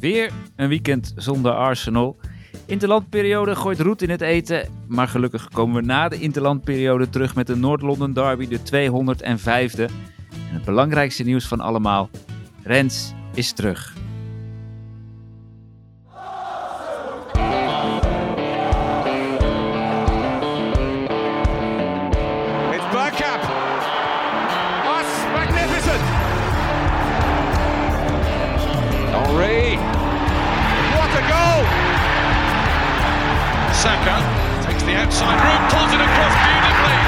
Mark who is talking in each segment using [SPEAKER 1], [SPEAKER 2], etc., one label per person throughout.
[SPEAKER 1] Weer een weekend zonder Arsenal. Interlandperiode gooit roet in het eten. Maar gelukkig komen we na de interlandperiode terug met de Noord-London Derby, de 205e. En het belangrijkste nieuws van allemaal: Rens is terug.
[SPEAKER 2] It's Bergkamp. That's magnificent. Henri. What a goal. Saka takes the outside route, pulls it across beautifully.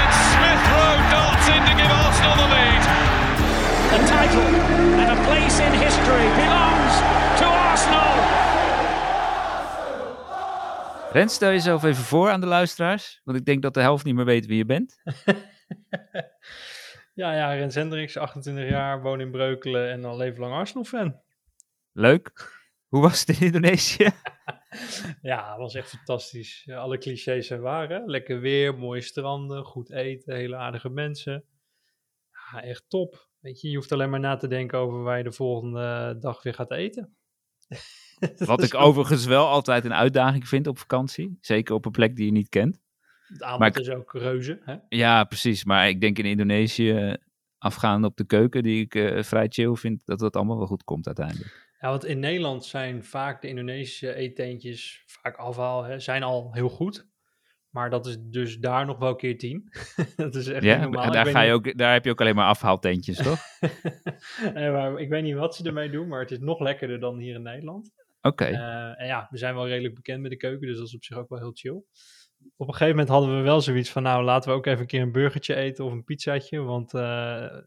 [SPEAKER 2] And Smith Rowe darts in to give Arsenal the lead.
[SPEAKER 3] The title and a place in history belongs to Arsenal.
[SPEAKER 1] Rens, stel jezelf even voor aan de luisteraars. Want ik denk dat de helft niet meer weet wie je bent.
[SPEAKER 4] ja, ja, Rens Hendricks, 28 jaar, woon in Breukelen en al leven lang Arsenal-fan.
[SPEAKER 1] Leuk. Hoe was het in Indonesië?
[SPEAKER 4] Ja, was echt fantastisch. Ja, Alle clichés zijn waar, hè? Lekker weer, mooie stranden, goed eten, hele aardige mensen. Ja, echt top. Weet je, je hoeft alleen maar na te denken over waar je de volgende dag weer gaat eten.
[SPEAKER 1] Wat ik overigens wel altijd een uitdaging vind op vakantie. Zeker op een plek die je niet kent.
[SPEAKER 4] Het aanbod
[SPEAKER 1] maar ik-
[SPEAKER 4] is ook reuze, hè?
[SPEAKER 1] Ja, precies. Maar ik denk in Indonesië, eh, afgaande op de keuken, die ik eh, vrij chill vind, dat dat allemaal wel goed komt uiteindelijk.
[SPEAKER 4] Ja, want in Nederland zijn vaak de Indonesische eetentjes, vaak afhaal, hè, zijn al heel goed. Maar dat is dus daar nog wel keer tien. dat is echt niet
[SPEAKER 1] Ja,
[SPEAKER 4] normaal.
[SPEAKER 1] en
[SPEAKER 4] Ik
[SPEAKER 1] daar,
[SPEAKER 4] weet
[SPEAKER 1] ga je
[SPEAKER 4] niet-
[SPEAKER 1] ook, daar heb je ook alleen maar afhaaltentjes, toch?
[SPEAKER 4] Eh, maar ik weet niet wat ze ermee doen, maar het is nog lekkerder dan hier in Nederland.
[SPEAKER 1] Oké.
[SPEAKER 4] Eh, en ja, we zijn wel redelijk bekend met de keuken, dus dat is op zich ook wel heel chill. Op een gegeven moment hadden we wel zoiets van, nou laten we ook even een keer een burgertje eten of een pizzaatje. Want eh,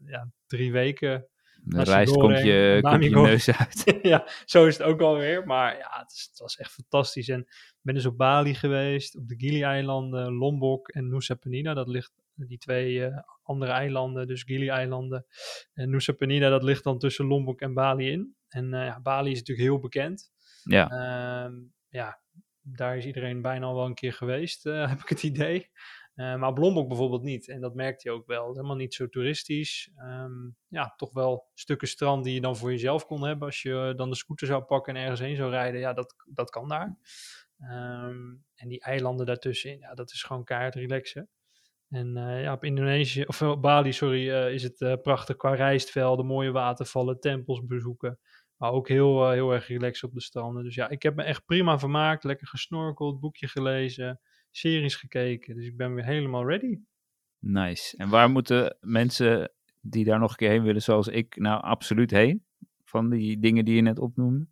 [SPEAKER 4] ja, drie weken,
[SPEAKER 1] de
[SPEAKER 4] als je
[SPEAKER 1] rijst komt je,
[SPEAKER 4] doorheen-
[SPEAKER 1] komt je
[SPEAKER 4] Bamigo.
[SPEAKER 1] neus uit.
[SPEAKER 4] ja, zo is het ook alweer. Maar ja, het, is- het was echt fantastisch. En ik ben dus op Bali geweest, op de Gili-eilanden, Lombok en Nusa Penida. Dat ligt, die twee eh, andere eilanden, dus Gili-eilanden en Nusa Penida, dat ligt dan tussen Lombok en Bali in. En eh, ja, Bali is natuurlijk heel bekend.
[SPEAKER 1] Ja,
[SPEAKER 4] Ehm, ja, daar is iedereen bijna al wel een keer geweest, eh, heb ik het idee. Eh, maar op Lombok bijvoorbeeld niet. En dat merkte je ook wel. Helemaal niet zo toeristisch. Ehm, ja, toch wel stukken strand die je dan voor jezelf kon hebben. Als je eh, dan de scooter zou pakken en ergens heen zou rijden. Ja, dat, dat kan daar. Ehm, en die eilanden daartussenin, ja, dat is gewoon keihard relaxen. En eh, ja, op Indonesië, of eh, op Bali, sorry, eh, is het eh, prachtig qua rijstvelden, mooie watervallen, tempels bezoeken. Maar ook heel, eh, heel erg relaxed op de stranden. Dus ja, ik heb me echt prima vermaakt. Lekker gesnorkeld, boekje gelezen, series gekeken. Dus ik ben weer helemaal ready.
[SPEAKER 1] nice. En waar moeten mensen die daar nog een keer heen willen, zoals ik, nou absoluut heen? Van die dingen die je net opnoemde?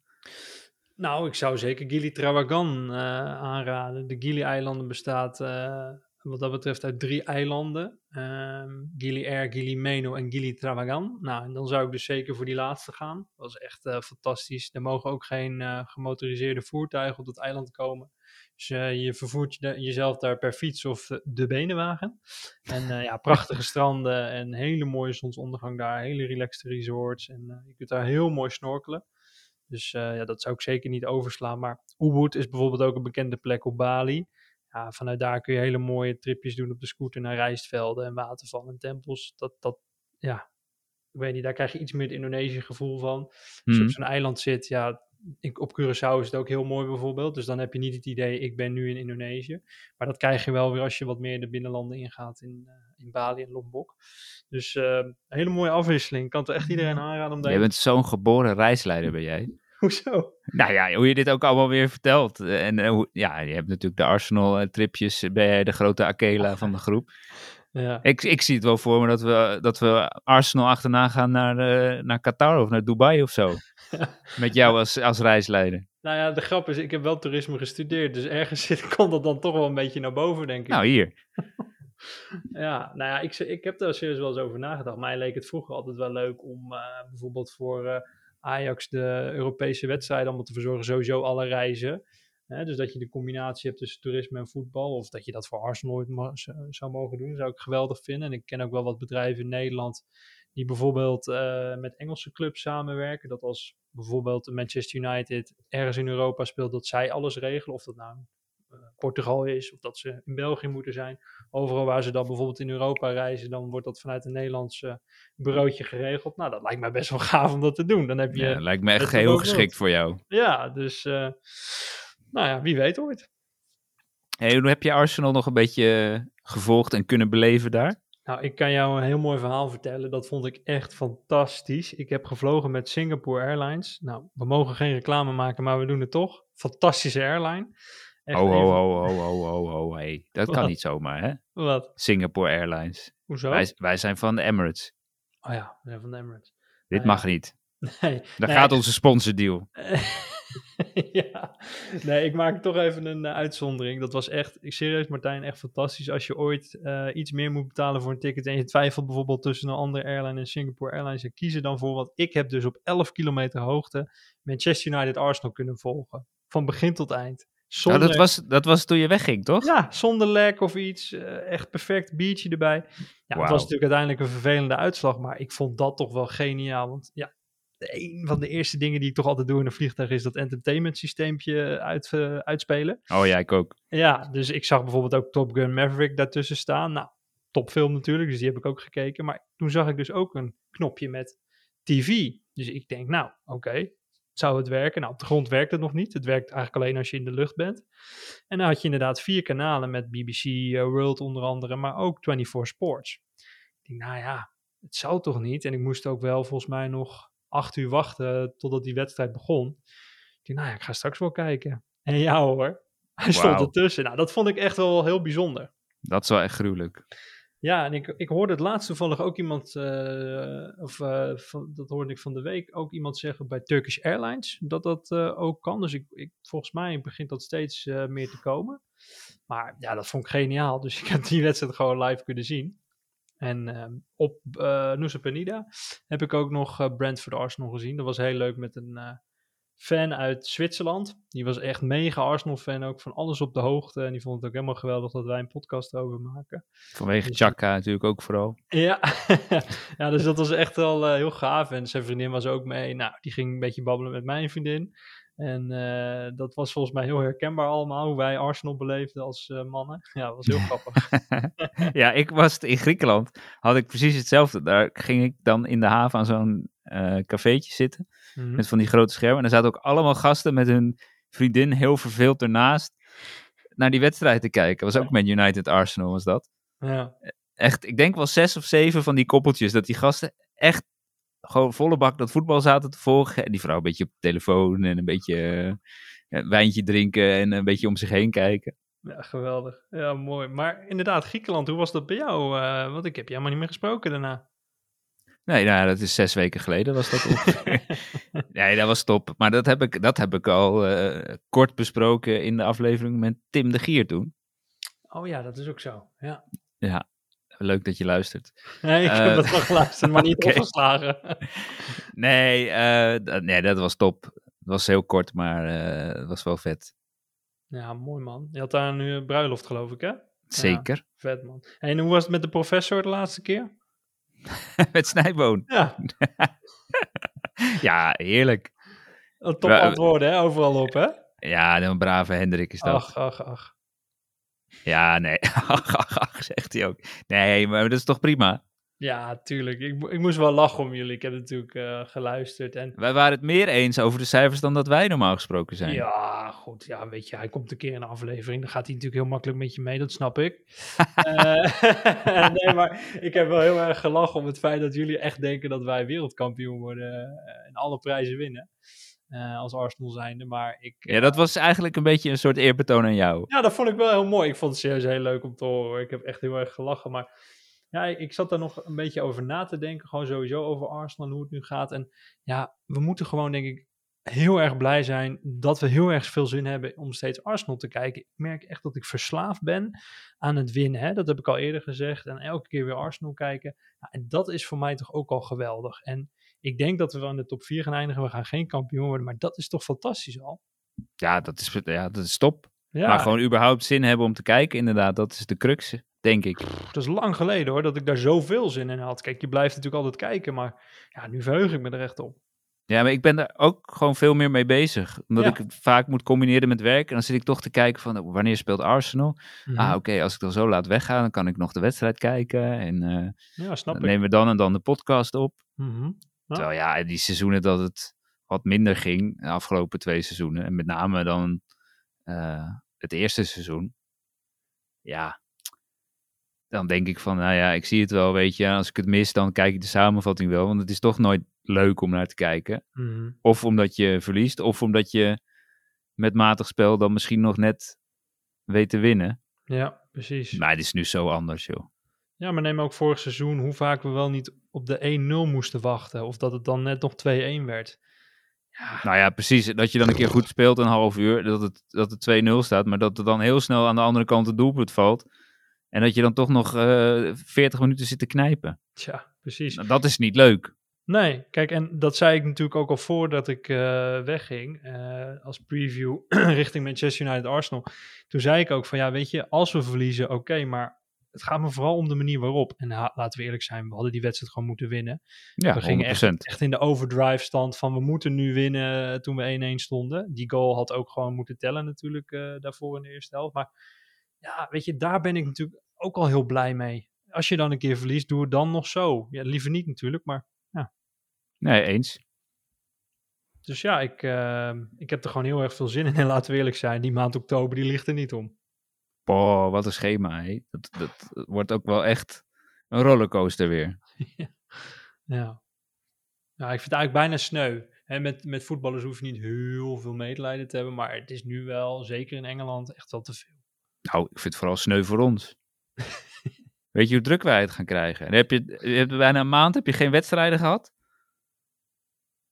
[SPEAKER 4] Nou, ik zou zeker Gili Trawagan eh, aanraden. De Gili-eilanden bestaat eh, wat dat betreft uit drie eilanden. Ehm, Gili Air, Gili Meno en Gili Trawagan. Nou, en dan zou ik dus zeker voor die laatste gaan. Dat is echt eh, fantastisch. Er mogen ook geen eh, gemotoriseerde voertuigen op dat eiland komen. Dus eh, je vervoert je da- jezelf daar per fiets of eh, de benenwagen. En eh, ja, prachtige stranden en hele mooie zonsondergang daar. Hele relaxte resorts. En eh, je kunt daar heel mooi snorkelen. Dus eh, ja, dat zou ik zeker niet overslaan. Maar Ubud is bijvoorbeeld ook een bekende plek op Bali. Ja, vanuit daar kun je hele mooie tripjes doen op de scooter naar rijstvelden en watervallen en tempels. Dat, dat ja, ik weet niet, daar krijg je iets meer het Indonesië gevoel van. Als je
[SPEAKER 1] Mhm.
[SPEAKER 4] op zo'n eiland zit, ja, ik, op Curaçao is het ook heel mooi bijvoorbeeld. Dus dan heb je niet het idee, ik ben nu in Indonesië. Maar dat krijg je wel weer als je wat meer de binnenlanden ingaat in, eh, in Bali en Lombok. Dus eh, een hele mooie afwisseling. Ik kan het echt iedereen aanraden om daar...
[SPEAKER 1] Jij bent zo'n geboren reisleider, ben jij?
[SPEAKER 4] Hoezo?
[SPEAKER 1] Nou ja, hoe je dit ook allemaal weer vertelt. Eh, En eh, hoe- ja, je hebt natuurlijk de Arsenal-tripjes. Ben jij de grote Akela van de groep?
[SPEAKER 4] Ja.
[SPEAKER 1] Ik, ik zie het wel voor me dat we, dat we Arsenal achterna gaan naar, eh, naar Qatar of naar Dubai of zo. Met jou als, als reisleider.
[SPEAKER 4] Nou ja, de grap is, ik heb wel toerisme gestudeerd, dus ergens zit, komt dat dan toch wel een beetje naar boven, denk ik.
[SPEAKER 1] Nou, hier.
[SPEAKER 4] Ja, nou ja, ik, z- ik heb daar serieus wel eens over nagedacht. Mij leek het vroeger altijd wel leuk om eh, bijvoorbeeld voor eh, Ajax de Europese wedstrijden allemaal te verzorgen, sowieso alle reizen. Hè, dus dat je de combinatie hebt tussen toerisme en voetbal, of dat je dat voor Arsenal ooit ma- z- zou mogen doen, zou ik geweldig vinden. En ik ken ook wel wat bedrijven in Nederland die bijvoorbeeld eh, met Engelse clubs samenwerken. Dat als bijvoorbeeld Manchester United ergens in Europa speelt, dat zij alles regelen. Of dat nou eh, Portugal is of dat ze in België moeten zijn. Overal waar ze dan bijvoorbeeld in Europa reizen, dan wordt dat vanuit een Nederlands eh, bureautje geregeld. Nou, dat lijkt mij best wel gaaf om dat te doen. Dan heb je,
[SPEAKER 1] Ja,
[SPEAKER 4] ja,
[SPEAKER 1] lijkt me echt
[SPEAKER 4] het
[SPEAKER 1] heel
[SPEAKER 4] ook
[SPEAKER 1] geschikt voor jou.
[SPEAKER 4] dus eh, nou ja, wie weet ooit.
[SPEAKER 1] Hey, hoe heb je Arsenal nog een beetje eh, gevolgd en kunnen beleven daar?
[SPEAKER 4] Nou, ik kan jou een heel mooi verhaal vertellen. Dat vond ik echt fantastisch. Ik heb gevlogen met Singapore Airlines. Nou, we mogen geen reclame maken, maar we doen het toch. Fantastische airline. Echt
[SPEAKER 1] oh,
[SPEAKER 4] een
[SPEAKER 1] oh,
[SPEAKER 4] van-
[SPEAKER 1] oh, oh, oh, oh, oh, hey. Dat kan
[SPEAKER 4] Wat?
[SPEAKER 1] niet zomaar, hè?
[SPEAKER 4] Wat?
[SPEAKER 1] Singapore Airlines.
[SPEAKER 4] Hoezo?
[SPEAKER 1] Wij, wij zijn van de Emirates.
[SPEAKER 4] Oh ja, we zijn van de Emirates.
[SPEAKER 1] Dit
[SPEAKER 4] Ah,
[SPEAKER 1] mag niet.
[SPEAKER 4] Nee,
[SPEAKER 1] Daar
[SPEAKER 4] nee,
[SPEAKER 1] gaat onze sponsordeal. Nou,
[SPEAKER 4] ja. Nee, ik maak toch even een eh, uitzondering. Dat was echt, ik serieus Martijn, echt fantastisch. Als je ooit eh, iets meer moet betalen voor een ticket en je twijfelt bijvoorbeeld tussen een andere airline en Singapore Airlines, en kies er dan voor. Want ik heb dus op 11 kilometer hoogte Manchester United Arsenal kunnen volgen. Van begin tot eind.
[SPEAKER 1] Nou,
[SPEAKER 4] Zonder,
[SPEAKER 1] dat, was, dat was toen je wegging, toch?
[SPEAKER 4] ja, zonder lek of iets. eh, echt perfect biertje erbij. Ja,
[SPEAKER 1] Wauw.
[SPEAKER 4] het was natuurlijk uiteindelijk een vervelende uitslag, maar ik vond dat toch wel geniaal. Want ja, een van de eerste dingen die ik toch altijd doe in een vliegtuig is dat entertainment systeempje uit, eh, uitspelen.
[SPEAKER 1] Oh ja, ik ook.
[SPEAKER 4] Ja, dus ik zag bijvoorbeeld ook Top Gun Maverick daartussen staan. Nou, topfilm natuurlijk, dus die heb ik ook gekeken. Maar toen zag ik dus ook een knopje met TV. Dus ik denk, nou, oké, zou het werken? Nou, op de grond werkt het nog niet. Het werkt eigenlijk alleen als je in de lucht bent. En dan had je inderdaad vier kanalen met BBC eh, World onder andere, maar ook 24 Sports. Ik denk, nou ja, het zou toch niet? En ik moest ook wel volgens mij nog acht uur wachten totdat die wedstrijd begon. Ik denk, nou ja, ik ga straks wel kijken. En ja hoor, hij stond
[SPEAKER 1] Wauw.
[SPEAKER 4] ertussen. Nou, dat vond ik echt wel heel bijzonder.
[SPEAKER 1] Dat is wel echt gruwelijk.
[SPEAKER 4] Ja, en ik, ik hoorde het laatst toevallig ook iemand, eh, of eh, van, dat hoorde ik van de week, ook iemand zeggen bij Turkish Airlines dat dat eh, ook kan. Dus ik, ik, volgens mij begint dat steeds eh, meer te komen. Maar ja, dat vond ik geniaal. Dus ik heb die wedstrijd gewoon live kunnen zien. En ehm, op eh Noosa Penida heb ik ook nog eh, Brentford Arsenal gezien. Dat was heel leuk met een eh, fan uit Zwitserland. Die was echt mega Arsenal-fan, ook van alles op de hoogte. En die vond het ook helemaal geweldig dat wij een podcast erover maken.
[SPEAKER 1] Vanwege Chaka natuurlijk ook vooral.
[SPEAKER 4] Ja. ja, dus dat was echt wel eh, heel gaaf. En zijn vriendin was ook mee. Nou, die ging een beetje babbelen met mijn vriendin. En eh, dat was volgens mij heel herkenbaar allemaal, hoe wij Arsenal beleefden als eh, mannen. Ja, dat was heel grappig.
[SPEAKER 1] ja, ik was in Griekenland. Had ik precies hetzelfde. Daar ging ik dan in de haven aan zo'n eh cafeetje zitten.
[SPEAKER 4] Mhm.
[SPEAKER 1] Met van die grote schermen. En er zaten ook allemaal gasten met hun vriendin heel verveeld ernaast naar die wedstrijd te kijken. Was ook met United Arsenal was dat.
[SPEAKER 4] Ja.
[SPEAKER 1] Echt, ik denk wel zes of zeven van die koppeltjes. Dat die gasten echt gewoon volle bak dat voetbal zaten te volgen. En die vrouw een beetje op de telefoon en een beetje eh, een wijntje drinken en een beetje om zich heen kijken.
[SPEAKER 4] ja, geweldig. Ja, mooi. Maar inderdaad, Griekenland, hoe was dat bij jou? Eh, want ik heb je helemaal niet meer gesproken daarna.
[SPEAKER 1] Nee, nou, ja, dat is zes weken geleden was dat ongeveer. nee, dat was top. Maar dat heb ik, dat heb ik al eh, kort besproken in de aflevering met Tim de Gier toen.
[SPEAKER 4] Oh ja, dat is ook zo. Ja.
[SPEAKER 1] Leuk dat je luistert.
[SPEAKER 4] Nee, ik
[SPEAKER 1] Eh,
[SPEAKER 4] heb dat wel geluisterd, maar niet
[SPEAKER 1] oké.
[SPEAKER 4] opgeslagen.
[SPEAKER 1] Nee, eh, dat- nee, dat was top. Het was heel kort, maar eh, het was wel vet.
[SPEAKER 4] ja, mooi man. Je had daar nu een bruiloft, geloof ik, hè?
[SPEAKER 1] Zeker.
[SPEAKER 4] Vet man. En hoe was het met de professor de laatste keer?
[SPEAKER 1] Met snijboon.
[SPEAKER 4] Ja,
[SPEAKER 1] Ja, heerlijk.
[SPEAKER 4] Wat
[SPEAKER 1] Ja,
[SPEAKER 4] top
[SPEAKER 1] eh,
[SPEAKER 4] antwoorden, hè? Overal op, hè?
[SPEAKER 1] Ja, een brave Hendrik is dat.
[SPEAKER 4] Ach, ach, ach.
[SPEAKER 1] Ja, nee. Ach, ach, ach, zegt hij ook. Nee, maar dat is toch prima?
[SPEAKER 4] Ja, tuurlijk. Ik, mo- ik moest wel lachen om jullie. Ik heb natuurlijk eh, geluisterd. En
[SPEAKER 1] Wij waren het meer eens over de cijfers dan dat wij normaal gesproken zijn.
[SPEAKER 4] ja, goed. Ja, weet je, hij komt een keer in een aflevering. Dan gaat hij natuurlijk heel makkelijk met je mee. Dat snap ik. Eh, nee, maar ik heb wel heel erg gelachen om het feit dat jullie echt denken dat wij wereldkampioen worden. eh, en alle prijzen winnen. eh, als Arsenal zijnde. Maar ik,
[SPEAKER 1] Ja, dat was eigenlijk een beetje een soort eerbetoon aan jou.
[SPEAKER 4] Ja, dat vond ik wel heel mooi. Ik vond het serieus heel leuk om te horen. hoor. Ik heb echt heel erg gelachen. Maar ja, ik, ik zat daar nog een beetje over na te denken. Gewoon sowieso over Arsenal en hoe het nu gaat. En ja, we moeten gewoon, denk ik, heel erg blij zijn dat we heel erg veel zin hebben om steeds Arsenal te kijken. Ik merk echt dat ik verslaafd ben aan het winnen. Hè? Dat heb ik al eerder gezegd. En elke keer weer Arsenal kijken. Ja, en dat is voor mij toch ook al geweldig. En ik denk dat we wel in de top 4 gaan eindigen. We gaan geen kampioen worden. Maar dat is toch fantastisch al.
[SPEAKER 1] Ja, dat is, ja, dat is top.
[SPEAKER 4] Ja.
[SPEAKER 1] Maar gewoon überhaupt zin hebben om te kijken, inderdaad. Dat is de crux, denk ik.
[SPEAKER 4] Dat is lang geleden hoor, dat ik daar zoveel zin in had. Kijk, je blijft natuurlijk altijd kijken, maar ja, nu verheug ik me er echt op.
[SPEAKER 1] Ja, maar ik ben daar ook gewoon veel meer mee bezig. Omdat
[SPEAKER 4] Ja.
[SPEAKER 1] ik het vaak moet combineren met werk. En dan zit ik toch te kijken van, oh, wanneer speelt Arsenal?
[SPEAKER 4] Mhm.
[SPEAKER 1] Ah, oké, als ik dan zo laat wegga, dan kan ik nog de wedstrijd kijken. En eh,
[SPEAKER 4] ja, snap
[SPEAKER 1] dan
[SPEAKER 4] ik.
[SPEAKER 1] nemen we dan en dan de podcast op.
[SPEAKER 4] Mhm. Ja.
[SPEAKER 1] Terwijl ja, die seizoenen dat het wat minder ging, de afgelopen twee seizoenen. En met name dan eh, het eerste seizoen. Ja, dan denk ik van, nou ja, ik zie het wel, weet je. Als ik het mis, dan kijk ik de samenvatting wel. Want het is toch nooit leuk om naar te kijken.
[SPEAKER 4] Mhm.
[SPEAKER 1] Of omdat je verliest, of omdat je met matig spel dan misschien nog net weet te winnen.
[SPEAKER 4] Ja, precies.
[SPEAKER 1] Maar het is nu zo anders, joh.
[SPEAKER 4] Ja, maar neem ook vorig seizoen hoe vaak we wel niet op de 1-0 moesten wachten. Of dat het dan net nog 2-1 werd.
[SPEAKER 1] Nou ja, precies. Dat je dan een keer goed speelt een half uur. Dat het, dat het 2-0 staat. Maar dat er dan heel snel aan de andere kant het doelpunt valt. En dat je dan toch nog eh 40 minuten zit te knijpen.
[SPEAKER 4] Tja, precies.
[SPEAKER 1] Nou, dat is niet leuk.
[SPEAKER 4] Nee, kijk, en dat zei ik natuurlijk ook al voordat ik eh, wegging eh, als preview richting Manchester United Arsenal. Toen zei ik ook van ja, weet je, als we verliezen, oké, maar het gaat me vooral om de manier waarop. En ha- laten we eerlijk zijn, we hadden die wedstrijd gewoon moeten winnen.
[SPEAKER 1] Ja,
[SPEAKER 4] we gingen
[SPEAKER 1] 100%.
[SPEAKER 4] echt, echt in de overdrive stand van we moeten nu winnen eh, toen we 1-1 stonden. Die goal had ook gewoon moeten tellen natuurlijk eh, daarvoor in de eerste helft. Maar ja, weet je, daar ben ik natuurlijk ook al heel blij mee. Als je dan een keer verliest, doe het dan nog zo. Ja, liever niet natuurlijk, maar...
[SPEAKER 1] Nee, eens.
[SPEAKER 4] Dus ja, ik, eh, ik heb er gewoon heel erg veel zin in. En laten we eerlijk zijn, die maand oktober die ligt er niet om.
[SPEAKER 1] Boah, wat een schema, hè. Dat, dat wordt ook wel echt een rollercoaster weer.
[SPEAKER 4] Ja. ja, ik vind het eigenlijk bijna sneu. Hè, met, met voetballers hoef je niet heel veel medelijden te hebben. Maar het is nu wel, zeker in Engeland, echt wel te veel.
[SPEAKER 1] Nou, ik vind het vooral sneu voor ons. Weet je hoe druk wij het gaan krijgen? Dan heb je, je hebt bijna een maand heb je geen wedstrijden gehad.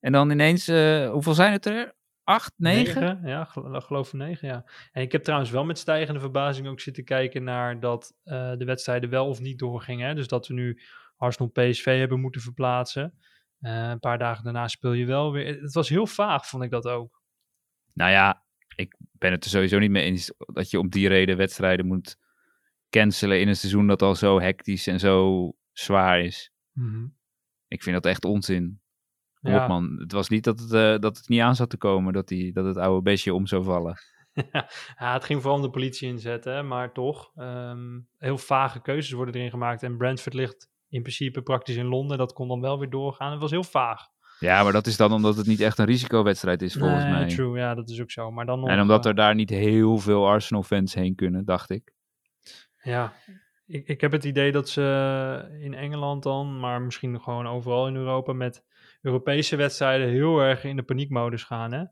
[SPEAKER 1] En dan ineens, eh, hoeveel zijn het er? Acht, negen?
[SPEAKER 4] Ja, gel- nou, geloof ik negen, ja. En ik heb trouwens wel met stijgende verbazing ook zitten kijken naar dat eh, de wedstrijden wel of niet doorgingen. Hè? Dus dat we nu Arsenal PSV hebben moeten verplaatsen. Eh, een paar dagen daarna speel je wel weer. Het was heel vaag, vond ik dat ook.
[SPEAKER 1] Nou ja, ik ben het er sowieso niet mee eens dat je om die reden wedstrijden moet cancelen in een seizoen dat al zo hectisch en zo zwaar is. Ik vind dat echt onzin. Kom op,
[SPEAKER 4] Ja.
[SPEAKER 1] man. Het was niet dat het, eh, dat het niet aan zat te komen dat, die, dat het oude beestje om zou vallen.
[SPEAKER 4] Ja, het ging vooral om de politie inzetten, hè, maar toch. ehm, heel vage keuzes worden erin gemaakt. En Brentford ligt in principe praktisch in Londen. Dat kon dan wel weer doorgaan. Het was heel vaag.
[SPEAKER 1] Ja, maar dat is dan omdat het niet echt een risicowedstrijd is, volgens
[SPEAKER 4] Nee,
[SPEAKER 1] mij.
[SPEAKER 4] True, ja, dat is ook zo. Maar dan nog,
[SPEAKER 1] En omdat
[SPEAKER 4] eh,
[SPEAKER 1] er daar niet heel veel Arsenal-fans heen kunnen, dacht ik.
[SPEAKER 4] Ja, ik, ik heb het idee dat ze eh, in Engeland dan, maar misschien gewoon overal in Europa... met Europese wedstrijden heel erg in de paniekmodus gaan, hè?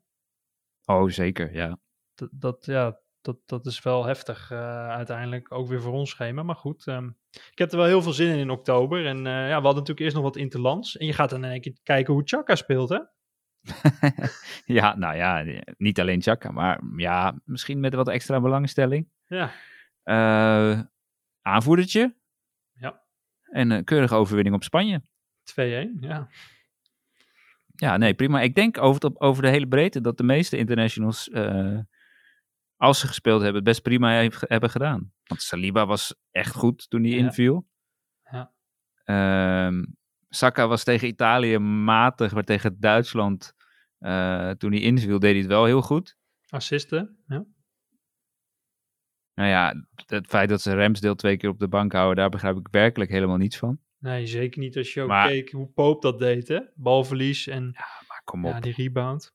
[SPEAKER 1] Oh, zeker, ja.
[SPEAKER 4] dat, dat, ja, dat, dat is wel heftig eh, uiteindelijk. Ook weer voor ons schema. Maar goed, ehm, ik heb er wel heel veel zin in in oktober. En eh, ja, we hadden natuurlijk eerst nog wat interlands. En je gaat dan in één keer kijken hoe Chaka speelt, hè?
[SPEAKER 1] Ja, nou ja, niet alleen Chaka, maar ja, misschien met wat extra belangstelling.
[SPEAKER 4] Ja,
[SPEAKER 1] Eh, aanvoerdertje.
[SPEAKER 4] Ja.
[SPEAKER 1] En een keurige overwinning op Spanje.
[SPEAKER 4] 2-1, ja.
[SPEAKER 1] Ja, nee, prima. Ik denk over, het- over de hele breedte dat de meeste internationals, eh, als ze gespeeld hebben, het best prima heb- hebben gedaan. Want Saliba was echt goed toen hij
[SPEAKER 4] Ja.
[SPEAKER 1] inviel.
[SPEAKER 4] Ja.
[SPEAKER 1] Ehm, Saka was tegen Italië matig, maar tegen Duitsland, eh, toen hij inviel, deed hij het wel heel goed.
[SPEAKER 4] Assisten, ja.
[SPEAKER 1] Nou ja, het feit dat ze Ramsdale twee keer op de bank houden, daar begrijp ik werkelijk helemaal niets van.
[SPEAKER 4] Nee, zeker niet als je ook
[SPEAKER 1] Maar-
[SPEAKER 4] keek hoe Poop dat deed, hè? Balverlies en
[SPEAKER 1] Maar kom op.
[SPEAKER 4] ja, die rebound.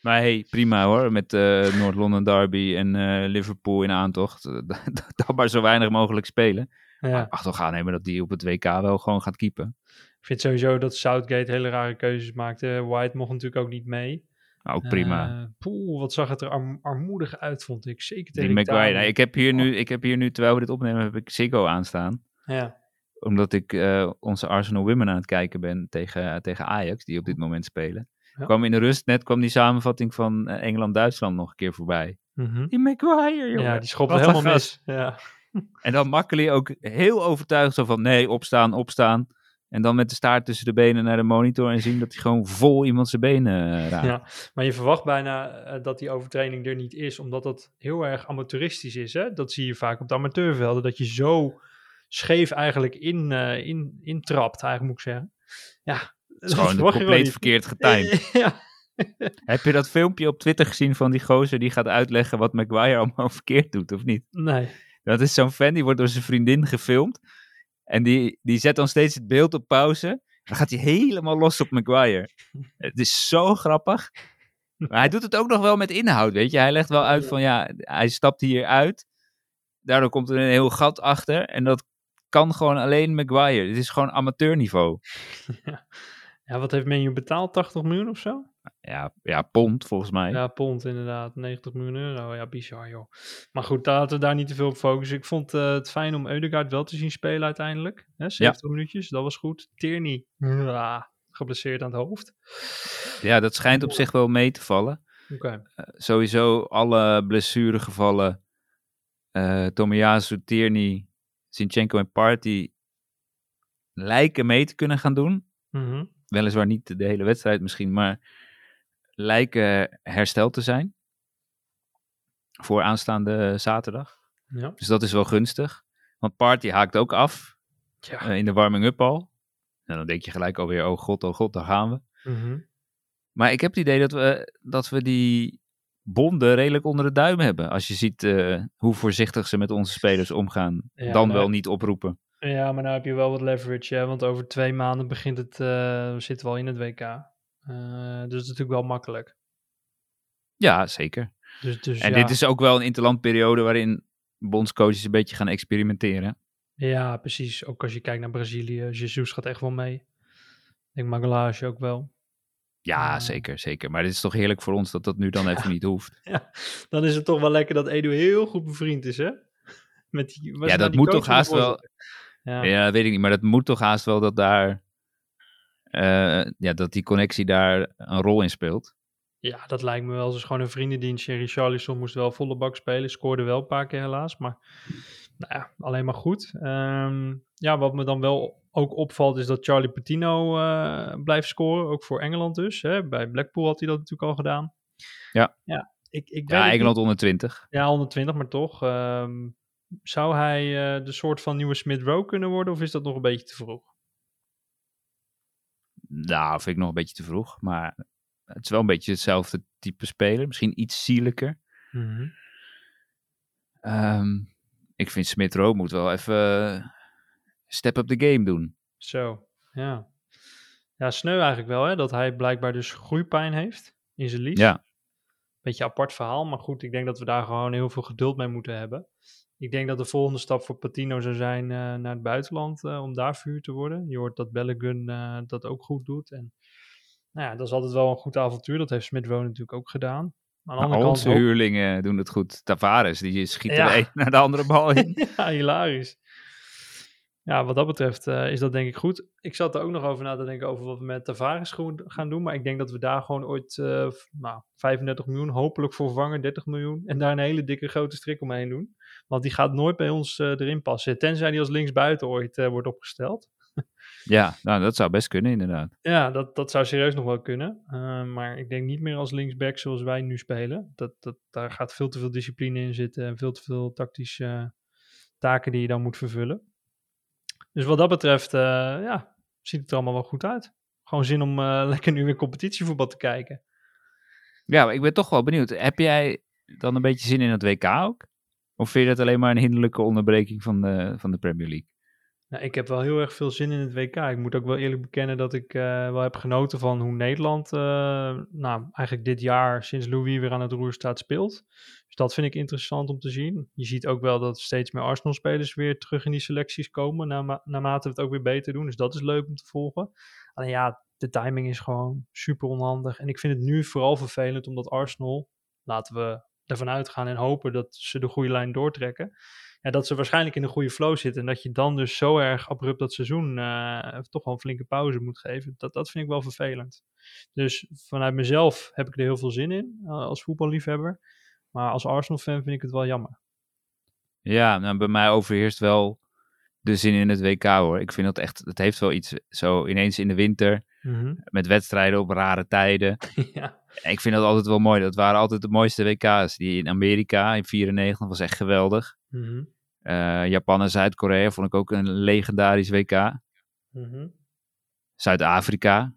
[SPEAKER 1] Maar hey, prima hoor. Met eh, Noord-London Derby en eh, Liverpool in aantocht. Eh, dat- dat- Dan maar zo weinig mogelijk spelen.
[SPEAKER 4] Ja,
[SPEAKER 1] Ach, toch aannemen dat die op het WK wel gewoon gaat keepen.
[SPEAKER 4] ik vind sowieso dat Southgate hele rare keuzes maakte. White mocht natuurlijk ook niet mee.
[SPEAKER 1] Nou, ook prima.
[SPEAKER 4] Eh, poeh, wat zag het er arm- armoedig uit, vond ik. Zeker
[SPEAKER 1] die
[SPEAKER 4] tegen
[SPEAKER 1] McGuire.
[SPEAKER 4] Italië.
[SPEAKER 1] ik, heb hier
[SPEAKER 4] Oh.
[SPEAKER 1] nu, ik heb hier nu, terwijl we dit opnemen, heb ik Ziggo aanstaan.
[SPEAKER 4] Ja,
[SPEAKER 1] Omdat ik eh, onze Arsenal Women aan het kijken ben tegen, eh, tegen Ajax, die op dit moment spelen.
[SPEAKER 4] Ja.
[SPEAKER 1] Kwam in de rust, net kwam die samenvatting van eh, Engeland-Duitsland nog een keer voorbij.
[SPEAKER 4] Mhm.
[SPEAKER 1] Die McGuire, jongen.
[SPEAKER 4] ja die schopte
[SPEAKER 1] Wat een
[SPEAKER 4] helemaal
[SPEAKER 1] gast.
[SPEAKER 4] mis. Ja.
[SPEAKER 1] En dan Makkely ook heel overtuigd zo van nee, opstaan, opstaan. En dan met de staart tussen de benen naar de monitor en zien dat hij gewoon vol iemand zijn benen eh, raakt.
[SPEAKER 4] Ja, maar je verwacht bijna eh, dat die overtraining er niet is, omdat dat heel erg amateuristisch is. Hè? Dat zie je vaak op de amateurvelden, dat je zo scheef eigenlijk in, eh, in, intrapt, eigenlijk moet ik zeggen. Ja,
[SPEAKER 1] Het is gewoon compleet verkeerd getimed.
[SPEAKER 4] Ja.
[SPEAKER 1] Heb je dat filmpje op Twitter gezien van die gozer die gaat uitleggen wat Maguire allemaal verkeerd doet, of niet?
[SPEAKER 4] Nee.
[SPEAKER 1] Dat is zo'n fan, die wordt door zijn vriendin gefilmd. En die, die zet dan steeds het beeld op pauze. Dan gaat hij helemaal los op Maguire. Het is zo grappig. Maar hij doet het ook nog wel met inhoud, weet je. Hij legt wel uit van, ja, hij stapt hier uit. Daardoor komt er een heel gat achter. En dat kan gewoon alleen Maguire. Dit is gewoon amateurniveau.
[SPEAKER 4] Ja, wat heeft Menu betaald? 80 miljoen of zo?
[SPEAKER 1] Ja, ja pond volgens mij.
[SPEAKER 4] Ja, pond inderdaad. 90 miljoen euro. Ja, bizar joh. Maar goed, daar laten we daar niet te veel op focussen. Ik vond eh, het fijn om Eudegaard wel te zien spelen uiteindelijk. Hè, 70 minuutjes, dat was goed. Tierney, ja, geblesseerd aan het hoofd.
[SPEAKER 1] Ja, dat schijnt op zich wel mee te vallen.
[SPEAKER 4] Oké.
[SPEAKER 1] sowieso alle blessuregevallen. eh Tomiyasu, Tierney, Zinchenko en Party lijken mee te kunnen gaan doen.
[SPEAKER 4] Mhm.
[SPEAKER 1] Weliswaar niet de hele wedstrijd misschien, maar lijken hersteld te zijn. Voor aanstaande zaterdag.
[SPEAKER 4] Ja.
[SPEAKER 1] Dus dat is wel gunstig. Want Party haakt ook af
[SPEAKER 4] Ja.
[SPEAKER 1] eh, in de warming-up al. En dan denk je gelijk alweer, oh god, oh god, daar gaan we.
[SPEAKER 4] Mhm.
[SPEAKER 1] Maar ik heb het idee dat we, dat we die bonden redelijk onder de duim hebben. Als je ziet eh, hoe voorzichtig ze met onze spelers omgaan.
[SPEAKER 4] Ja,
[SPEAKER 1] dan
[SPEAKER 4] maar-
[SPEAKER 1] wel niet oproepen.
[SPEAKER 4] Ja, maar nou heb je wel wat leverage, hè? want over twee maanden begint het, eh, we zitten wel in het WK. Eh, dus dat is natuurlijk wel makkelijk.
[SPEAKER 1] Ja, zeker.
[SPEAKER 4] Dus, dus
[SPEAKER 1] En
[SPEAKER 4] ja.
[SPEAKER 1] dit is ook wel een interlandperiode waarin bondscoaches een beetje gaan experimenteren.
[SPEAKER 4] ja, precies. Ook als je kijkt naar Brazilië, Jesus gaat echt wel mee. Ik denk Magalhaes ook wel.
[SPEAKER 1] Ja,
[SPEAKER 4] Ja.
[SPEAKER 1] zeker, zeker. Maar dit is toch heerlijk voor ons dat dat nu dan even niet hoeft.
[SPEAKER 4] Dan is het toch wel lekker dat Edu heel goed bevriend is, hè? Met die, was
[SPEAKER 1] Ja,
[SPEAKER 4] het nou
[SPEAKER 1] dat
[SPEAKER 4] die
[SPEAKER 1] moet
[SPEAKER 4] coach
[SPEAKER 1] toch
[SPEAKER 4] of de
[SPEAKER 1] haast wel-
[SPEAKER 4] voorzitter? Ja.
[SPEAKER 1] Ja. weet ik niet. Maar dat moet toch haast wel dat daar... eh, ja, dat die connectie daar een rol in speelt.
[SPEAKER 4] Ja, dat lijkt me wel. Het is gewoon een vriendendienstje. Richarlison moest wel volle bak spelen. Scoorde wel een paar keer helaas. Maar nou ja, alleen maar goed. Ehm, ja, wat me dan wel ook opvalt is dat Charlie Patino eh, blijft scoren. Ook voor Engeland dus. Hè? Bij Blackpool had hij dat natuurlijk al gedaan.
[SPEAKER 1] Ja.
[SPEAKER 4] Ja, ik, ik weet
[SPEAKER 1] Ja,
[SPEAKER 4] het
[SPEAKER 1] Engeland onder 20.
[SPEAKER 4] niet. Ja, 120, maar toch. ehm, zou hij eh, de soort van nieuwe Smith Rowe kunnen worden? Of is dat nog een beetje te vroeg?
[SPEAKER 1] Nou, vind ik nog een beetje te vroeg. Maar het is wel een beetje hetzelfde type speler. Misschien iets zielijker. Ehm, ik vind Smith Rowe moet wel even eh, step up the game doen.
[SPEAKER 4] Zo, ja. Ja, sneu eigenlijk wel, hè? Dat hij blijkbaar dus groeipijn heeft in zijn lies.
[SPEAKER 1] Ja.
[SPEAKER 4] Beetje apart verhaal, maar goed, ik denk dat we daar gewoon heel veel geduld mee moeten hebben. Ik denk dat de volgende stap voor Patino zou zijn eh, naar het buitenland eh, om daar verhuurd te worden. Je hoort dat Bellegun eh, dat ook goed doet. En nou ja, dat is altijd wel een goed avontuur. Dat heeft Smith Rowe natuurlijk ook gedaan. Maar aan de
[SPEAKER 1] Maar
[SPEAKER 4] andere kant
[SPEAKER 1] Nou, onze
[SPEAKER 4] hoop-
[SPEAKER 1] huurlingen doen het goed. Tavares, die schiet
[SPEAKER 4] Ja.
[SPEAKER 1] er een naar de andere bal in.
[SPEAKER 4] ja, hilarisch. Ja, wat dat betreft eh, is dat denk ik goed. Ik zat er ook nog over na te denken over wat we met Tavares groen- gaan doen. Maar ik denk dat we daar gewoon ooit eh, f- nou, 35 miljoen, hopelijk voor vangen 30 miljoen. En daar een hele dikke grote strik omheen doen. Want die gaat nooit bij ons eh, erin passen. Tenzij die als linksbuiten ooit eh, wordt opgesteld.
[SPEAKER 1] Ja, nou, dat zou best kunnen inderdaad.
[SPEAKER 4] Ja, dat, dat zou serieus nog wel kunnen. Eh, maar ik denk niet meer als linksback zoals wij nu spelen. Dat, dat, daar gaat veel te veel discipline in zitten en veel te veel tactische eh, taken die je dan moet vervullen. Dus wat dat betreft, eh, ja, ziet het er allemaal wel goed uit. Gewoon zin om eh, lekker nu weer competitievoetbal te kijken.
[SPEAKER 1] Ja, maar ik ben toch wel benieuwd. Heb jij dan een beetje zin in het WK ook? Of vind je dat alleen maar een hinderlijke onderbreking van de, van de Premier League?
[SPEAKER 4] Nou, ik heb wel heel erg veel zin in het WK. Ik moet ook wel eerlijk bekennen dat ik eh, wel heb genoten van hoe Nederland, eh, nou, eigenlijk dit jaar sinds Louis weer aan het roer staat, speelt. Dus dat vind ik interessant om te zien. Je ziet ook wel dat steeds meer Arsenal-spelers weer terug in die selecties komen, naarma- naarmate we het ook weer beter doen. Dus dat is leuk om te volgen. Alleen ja, de timing is gewoon super onhandig. En ik vind het nu vooral vervelend, omdat Arsenal, laten we ervan uitgaan en hopen dat ze de goede lijn doortrekken ja, dat ze waarschijnlijk in een goede flow zitten. En dat je dan dus zo erg abrupt dat seizoen eh, toch wel een flinke pauze moet geven. Dat, dat vind ik wel vervelend. Dus vanuit mezelf heb ik er heel veel zin in eh, als voetballiefhebber. Maar als Arsenal-fan vind ik het wel jammer.
[SPEAKER 1] Ja, nou, bij mij overheerst wel de zin in het WK hoor. Ik vind dat echt, dat heeft wel iets zo ineens in de winter met wedstrijden op rare tijden.
[SPEAKER 4] Mhm. ja.
[SPEAKER 1] En ik vind dat altijd wel mooi. Dat waren altijd de mooiste WK's. Die in Amerika in 94 was echt geweldig.
[SPEAKER 4] Mhm.
[SPEAKER 1] Eh, Japan en Zuid-Korea vond ik ook een legendarisch WK.
[SPEAKER 4] Mhm.
[SPEAKER 1] Zuid-Afrika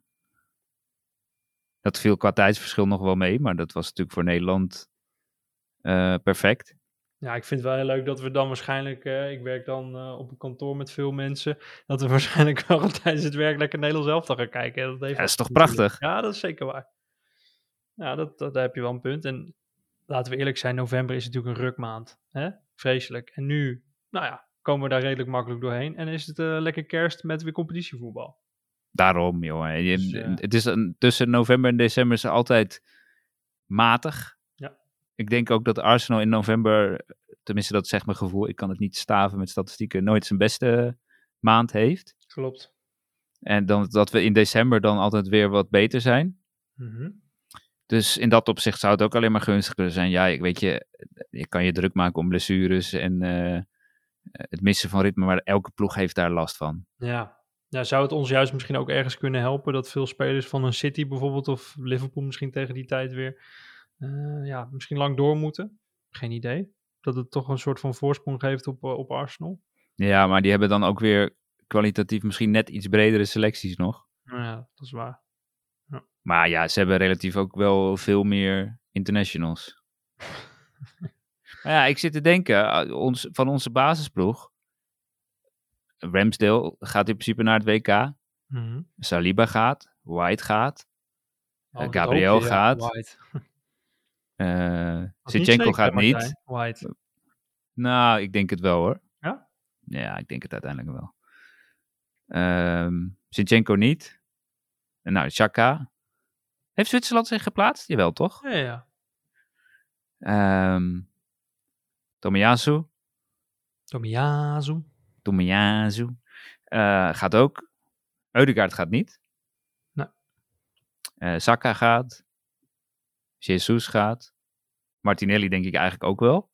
[SPEAKER 1] Dat viel qua tijdsverschil nog wel mee, maar dat was natuurlijk voor Nederland eh, perfect.
[SPEAKER 4] Ja, ik vind het wel heel leuk dat we dan waarschijnlijk, eh, ik werk dan eh, op een kantoor met veel mensen, dat we waarschijnlijk wel tijdens het werk lekker Nederlands elftal gaan kijken. Dat, heeft
[SPEAKER 1] Ja, dat is toch
[SPEAKER 4] natuurlijk.
[SPEAKER 1] prachtig?
[SPEAKER 4] Ja, dat is zeker waar. Ja, dat, dat, daar heb je wel een punt. En laten we eerlijk zijn, november is natuurlijk een rukmaand. Hè? Vreselijk. En nu, nou ja, komen we daar redelijk makkelijk doorheen. En is het eh, lekker kerst met weer competitievoetbal.
[SPEAKER 1] Daarom, jongen. Je-
[SPEAKER 4] Dus, eh,
[SPEAKER 1] het is een, tussen november en december is het altijd matig.
[SPEAKER 4] Ja.
[SPEAKER 1] Ik denk ook dat Arsenal in november, tenminste dat zegt mijn gevoel, ik kan het niet staven met statistieken, nooit zijn beste maand heeft.
[SPEAKER 4] Klopt.
[SPEAKER 1] En dan, dat we in december dan altijd weer wat beter zijn.
[SPEAKER 4] Mhm.
[SPEAKER 1] Dus in dat opzicht zou het ook alleen maar gunstig kunnen zijn. Ja, ik weet je, je kan je druk maken om blessures en eh, het missen van ritme, maar elke ploeg heeft daar last van.
[SPEAKER 4] Ja. ja, zou het ons juist misschien ook ergens kunnen helpen dat veel spelers van een City bijvoorbeeld of Liverpool misschien tegen die tijd weer eh, ja, misschien lang door moeten? Geen idee. Dat het toch een soort van voorsprong geeft op, eh, op Arsenal.
[SPEAKER 1] Ja, maar die hebben dan ook weer kwalitatief misschien net iets bredere selecties nog.
[SPEAKER 4] Nou Ja, dat is waar.
[SPEAKER 1] Maar ja, ze hebben relatief ook wel veel meer internationals. maar ja, ik zit te denken, ah, ons, van onze basisploeg, Ramsdale gaat in principe naar het WK,
[SPEAKER 4] Mhm.
[SPEAKER 1] Saliba gaat, White gaat,
[SPEAKER 4] Oh, dat
[SPEAKER 1] Gabriel
[SPEAKER 4] hoop je, ja.
[SPEAKER 1] gaat.
[SPEAKER 4] White.
[SPEAKER 1] eh
[SPEAKER 4] Dat is niet
[SPEAKER 1] Zinchenko
[SPEAKER 4] zeker,
[SPEAKER 1] gaat niet.
[SPEAKER 4] Martijn. White.
[SPEAKER 1] Nou, ik denk het wel hoor.
[SPEAKER 4] Ja?
[SPEAKER 1] Ja, ik denk het uiteindelijk wel. Ehm Zinchenko niet. En Nou, Chaka. Heeft Zwitserland zich geplaatst? Jawel, toch?
[SPEAKER 4] Ja, ja.
[SPEAKER 1] Ehm Tomiyasu.
[SPEAKER 4] Tomiyasu.
[SPEAKER 1] Tomiyasu. Eh, gaat ook. Eudegaard gaat niet.
[SPEAKER 4] Nee.
[SPEAKER 1] Eh, Saka gaat. Jesus gaat. Martinelli denk ik eigenlijk ook wel.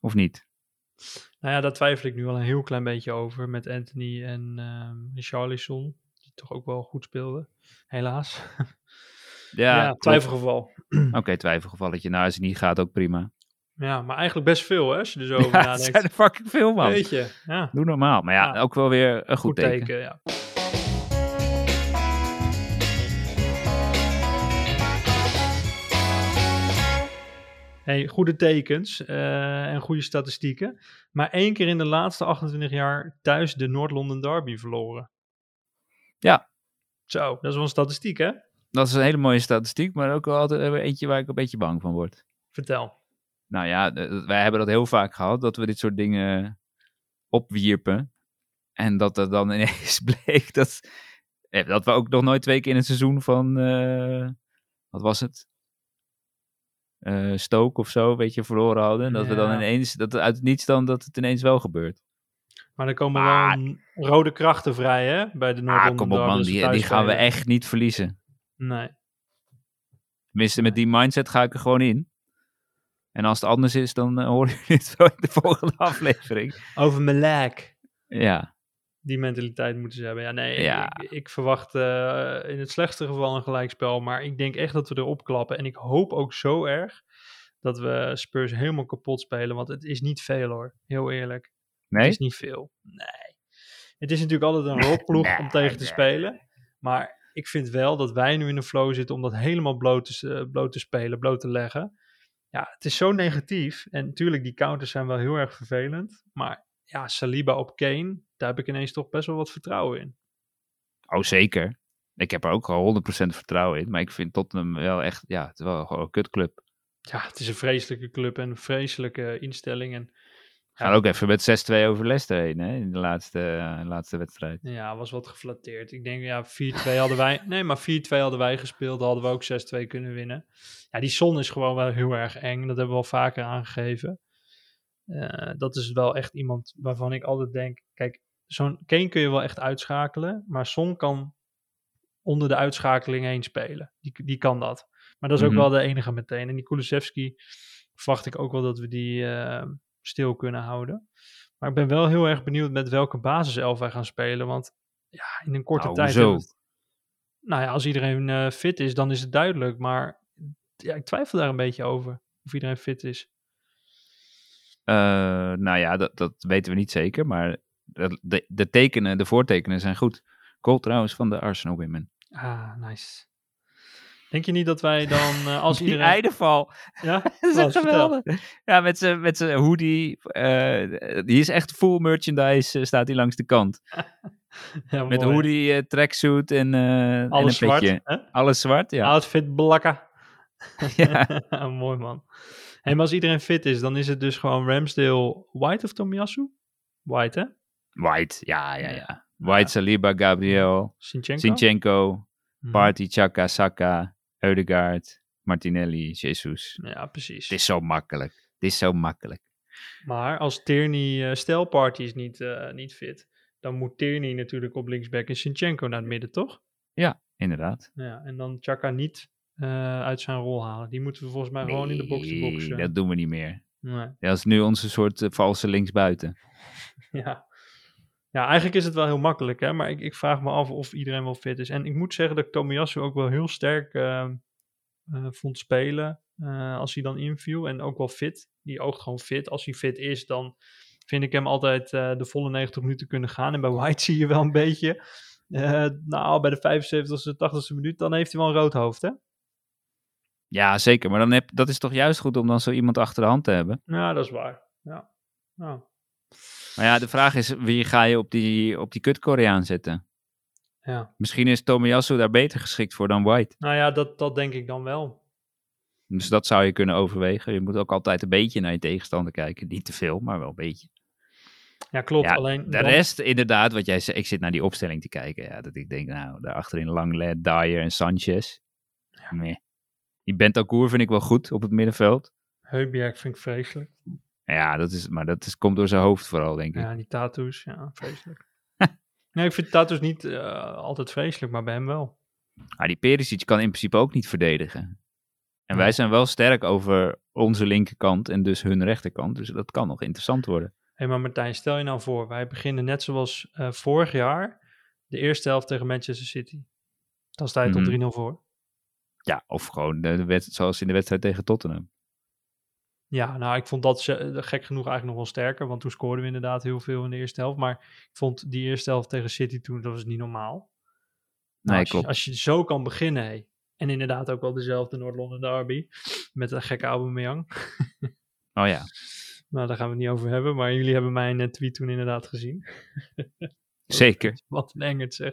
[SPEAKER 1] Of niet?
[SPEAKER 4] Nou ja, daar twijfel ik nu al een heel klein beetje over met Anthony en ehm Richarlison. Die toch ook wel goed speelden. Helaas.
[SPEAKER 1] Ja,
[SPEAKER 4] Ja,
[SPEAKER 1] klopt.
[SPEAKER 4] twijfelgeval.
[SPEAKER 1] Oké, twijfelgevalletje. Nou, als het niet gaat, ook prima.
[SPEAKER 4] Ja, maar eigenlijk best veel, hè, als je er zo over
[SPEAKER 1] Ja, het zijn
[SPEAKER 4] nadenkt.
[SPEAKER 1] er fucking veel, man.
[SPEAKER 4] Oh, Weet je, ja. Goed,
[SPEAKER 1] Doe normaal. Maar ja,
[SPEAKER 4] Ja.
[SPEAKER 1] ook wel weer een goed, teken.
[SPEAKER 4] teken. ja. Hey, goede tekens eh, en goede statistieken. Maar één keer in de laatste 28 jaar thuis de Noord-London Derby verloren.
[SPEAKER 1] Ja.
[SPEAKER 4] Zo, dat is wel een statistiek, hè?
[SPEAKER 1] Dat is een hele mooie statistiek, maar ook wel altijd weer eentje waar ik een beetje bang van word.
[SPEAKER 4] Vertel.
[SPEAKER 1] Nou ja, eh, wij hebben dat heel vaak gehad, dat we dit soort dingen opwierpen. En dat er dan ineens bleek dat, eh, dat we ook nog nooit twee keer in het seizoen van, eh, wat was het? Eh Stoke of zo, weet je, verloren hadden. En dat we dan
[SPEAKER 4] Ja.
[SPEAKER 1] ineens, dat er uit niets dan, dat het ineens wel gebeurt.
[SPEAKER 4] Maar er komen
[SPEAKER 1] Maar-
[SPEAKER 4] wel een rode krachten vrij, hè? Bij de Noord-London
[SPEAKER 1] Ah, kom op
[SPEAKER 4] Derby,
[SPEAKER 1] man,
[SPEAKER 4] als ze
[SPEAKER 1] die,
[SPEAKER 4] dus thuis
[SPEAKER 1] die gaan we
[SPEAKER 4] spelen.
[SPEAKER 1] echt niet verliezen.
[SPEAKER 4] Nee.
[SPEAKER 1] Tenminste, met die mindset ga ik er gewoon in. En als het anders is, dan eh, hoor je dit wel in de volgende aflevering.
[SPEAKER 4] Over mijn lijk.
[SPEAKER 1] Ja,
[SPEAKER 4] Die mentaliteit moeten ze hebben. Ja, nee, ik-
[SPEAKER 1] Ja.
[SPEAKER 4] Ik, ik verwacht eh, in het slechtste geval een gelijkspel. Maar ik denk echt dat we erop klappen. En ik hoop ook zo erg dat we Spurs helemaal kapot spelen. Want het is niet veel hoor, heel eerlijk. Het
[SPEAKER 1] nee?
[SPEAKER 4] is niet veel. Nee. Het is natuurlijk altijd een rolploeg om tegen te spelen. Maar ik vind wel dat wij nu in de flow zitten om dat helemaal bloot te, s- eh, bloot te spelen, bloot te leggen. Ja, het is zo negatief. En natuurlijk, die counters zijn wel heel erg vervelend. Maar ja, Saliba op Kane, daar heb ik ineens toch best wel wat vertrouwen in.
[SPEAKER 1] Oh, zeker. Ik heb er ook al 100% vertrouwen in. Maar ik vind Tottenham wel echt, ja, het is wel gewoon een kutclub.
[SPEAKER 4] Ja, het is een vreselijke club en een vreselijke instelling. En
[SPEAKER 1] Gaan ook even met 6-2 over Leicester heen, hè, in de laatste, eh, laatste wedstrijd.
[SPEAKER 4] ja, was wat geflatteerd. Ik denk, ja, 4-2 hadden wij... Nee, maar 4-2 hadden wij gespeeld. Hadden we ook 6-2 kunnen winnen. Ja, die zon is gewoon wel heel erg eng. Dat hebben we al vaker aangegeven. Eh, dat is wel echt iemand waarvan ik altijd denk... Kijk, zo'n Kane kun je wel echt uitschakelen. Maar Son kan onder de uitschakeling heen spelen. Die, die kan dat. Maar dat is
[SPEAKER 1] Mhm.
[SPEAKER 4] ook wel de enige meteen. En die Kulusevski verwacht ik ook wel dat we die eh, stil kunnen houden. Maar ik ben wel heel erg benieuwd met welke basiself wij gaan spelen. Want ja, in een korte
[SPEAKER 1] Nou,
[SPEAKER 4] tijd...
[SPEAKER 1] hoezo?
[SPEAKER 4] hebben we het- Nou ja, als iedereen eh, fit is, dan is het duidelijk. Maar ja, ik twijfel daar een beetje over. Of iedereen fit is.
[SPEAKER 1] Eh, nou ja, dat, dat weten we niet zeker. Maar dat- de, de tekenen, de voortekenen zijn goed. Goal trouwens van de Arsenal Women.
[SPEAKER 4] Ah, nice. Denk je niet dat wij dan, eh, als
[SPEAKER 1] Die
[SPEAKER 4] iedereen...
[SPEAKER 1] Eideval.
[SPEAKER 4] Ja? Oh,
[SPEAKER 1] Dat is
[SPEAKER 4] Wat,
[SPEAKER 1] echt
[SPEAKER 4] vertel.
[SPEAKER 1] geweldig. Ja, met zijn met zijn hoodie. eh, die is echt full merchandise, eh, staat hij langs de kant.
[SPEAKER 4] Ja,
[SPEAKER 1] Met
[SPEAKER 4] mooi.
[SPEAKER 1] hoodie, eh, tracksuit en, eh, en een
[SPEAKER 4] Alles zwart.
[SPEAKER 1] petje.
[SPEAKER 4] hè?
[SPEAKER 1] Alles zwart, ja.
[SPEAKER 4] Outfit blakken. Oh,
[SPEAKER 1] Ja.
[SPEAKER 4] Mooi man. Hey, maar als iedereen fit is, dan is het dus gewoon Ramsdale White of Tomiyasu? White hè?
[SPEAKER 1] White, ja, ja, ja. White, Saliba, Gabriel,
[SPEAKER 4] Sinchenko?
[SPEAKER 1] Sinchenko,
[SPEAKER 4] Mhm.
[SPEAKER 1] Party, Chaka, Saka, Eudegaard, Martinelli, Jesus.
[SPEAKER 4] Ja, precies.
[SPEAKER 1] Het is zo makkelijk. Het is zo makkelijk.
[SPEAKER 4] Maar als Tierney, eh stel Party is niet, eh, niet fit, dan moet Tierney natuurlijk op linksback en Sinchenko naar het midden, toch?
[SPEAKER 1] Inderdaad.
[SPEAKER 4] Ja, en dan Chaka niet eh, uit zijn rol halen. Die moeten we volgens mij gewoon in de
[SPEAKER 1] Nee,
[SPEAKER 4] box-to-box. eh,
[SPEAKER 1] Dat doen we niet meer.
[SPEAKER 4] nee.
[SPEAKER 1] Dat is nu onze soort eh, valse linksbuiten.
[SPEAKER 4] Ja. ja, eigenlijk is het wel heel makkelijk, hè? maar ik, ik vraag me af of iedereen wel fit is. En ik moet zeggen dat ik Tomiyasu ook wel heel sterk eh, eh, vond spelen eh, als hij dan inviel. En ook wel fit. Die oogt gewoon fit. Als hij fit is, dan vind ik hem altijd eh, de volle 90 minuten kunnen gaan. En bij White zie je wel een beetje, eh, nou, bij de 75ste, 80ste minuut, dan heeft hij wel een rood hoofd, hè?
[SPEAKER 1] Ja, zeker. Maar dan heb, dat is toch juist goed om dan zo iemand achter de hand te hebben.
[SPEAKER 4] Ja, dat is waar. Ja. Nou.
[SPEAKER 1] Maar ja, de vraag is, wie ga je op die, op die kut Koreaan zetten?
[SPEAKER 4] Ja.
[SPEAKER 1] Misschien is Tomiyasu daar beter geschikt voor dan White.
[SPEAKER 4] nou ja, dat, dat denk ik dan wel.
[SPEAKER 1] Dus dat zou je kunnen overwegen. Je moet ook altijd een beetje naar je tegenstander kijken. Niet te veel, maar wel een beetje.
[SPEAKER 4] Ja, klopt.
[SPEAKER 1] Ja,
[SPEAKER 4] alleen
[SPEAKER 1] De
[SPEAKER 4] dan-
[SPEAKER 1] rest, inderdaad, wat jij zei. Ik zit naar die opstelling te kijken. Ja, dat ik denk, nou, daar achterin Langlet, Dyer en Sanchez. Meh. Die Bentancourt vind ik wel goed op het middenveld.
[SPEAKER 4] Heubjerg vind ik vreselijk.
[SPEAKER 1] Ja, dat is, maar dat is, komt door zijn hoofd vooral, denk ik.
[SPEAKER 4] Ja, die tattoos, ja, vreselijk. nee, ik vind tattoos niet eh, altijd vreselijk, maar bij hem wel.
[SPEAKER 1] Maar die Perisic kan in principe ook niet verdedigen. En
[SPEAKER 4] Ja.
[SPEAKER 1] wij zijn wel sterk over onze linkerkant en dus hun rechterkant. Dus dat kan nog interessant worden.
[SPEAKER 4] Hé, maar Martijn, stel je nou voor, wij beginnen net zoals eh, vorig jaar, de eerste helft tegen Manchester City. Dan sta je tot
[SPEAKER 1] Mhm.
[SPEAKER 4] 3-0 voor.
[SPEAKER 1] Ja, of gewoon de, de wedst- zoals in de wedstrijd tegen Tottenham.
[SPEAKER 4] Ja, nou, ik vond dat ze- eh, gek genoeg eigenlijk nog wel sterker, want toen scoorden we inderdaad heel veel in de eerste helft. Maar ik vond die eerste helft tegen City toen, dat was niet normaal. Nou,
[SPEAKER 1] Nee,
[SPEAKER 4] als,
[SPEAKER 1] klopt.
[SPEAKER 4] Je, als je zo kan beginnen, hé. En inderdaad ook wel dezelfde Noord-London derby, met een gekke Aubameyang.
[SPEAKER 1] Oh ja.
[SPEAKER 4] Nou, daar gaan we het niet over hebben, maar jullie hebben mijn eh, tweet toen inderdaad gezien.
[SPEAKER 1] Zeker.
[SPEAKER 4] Wat een engert zeg.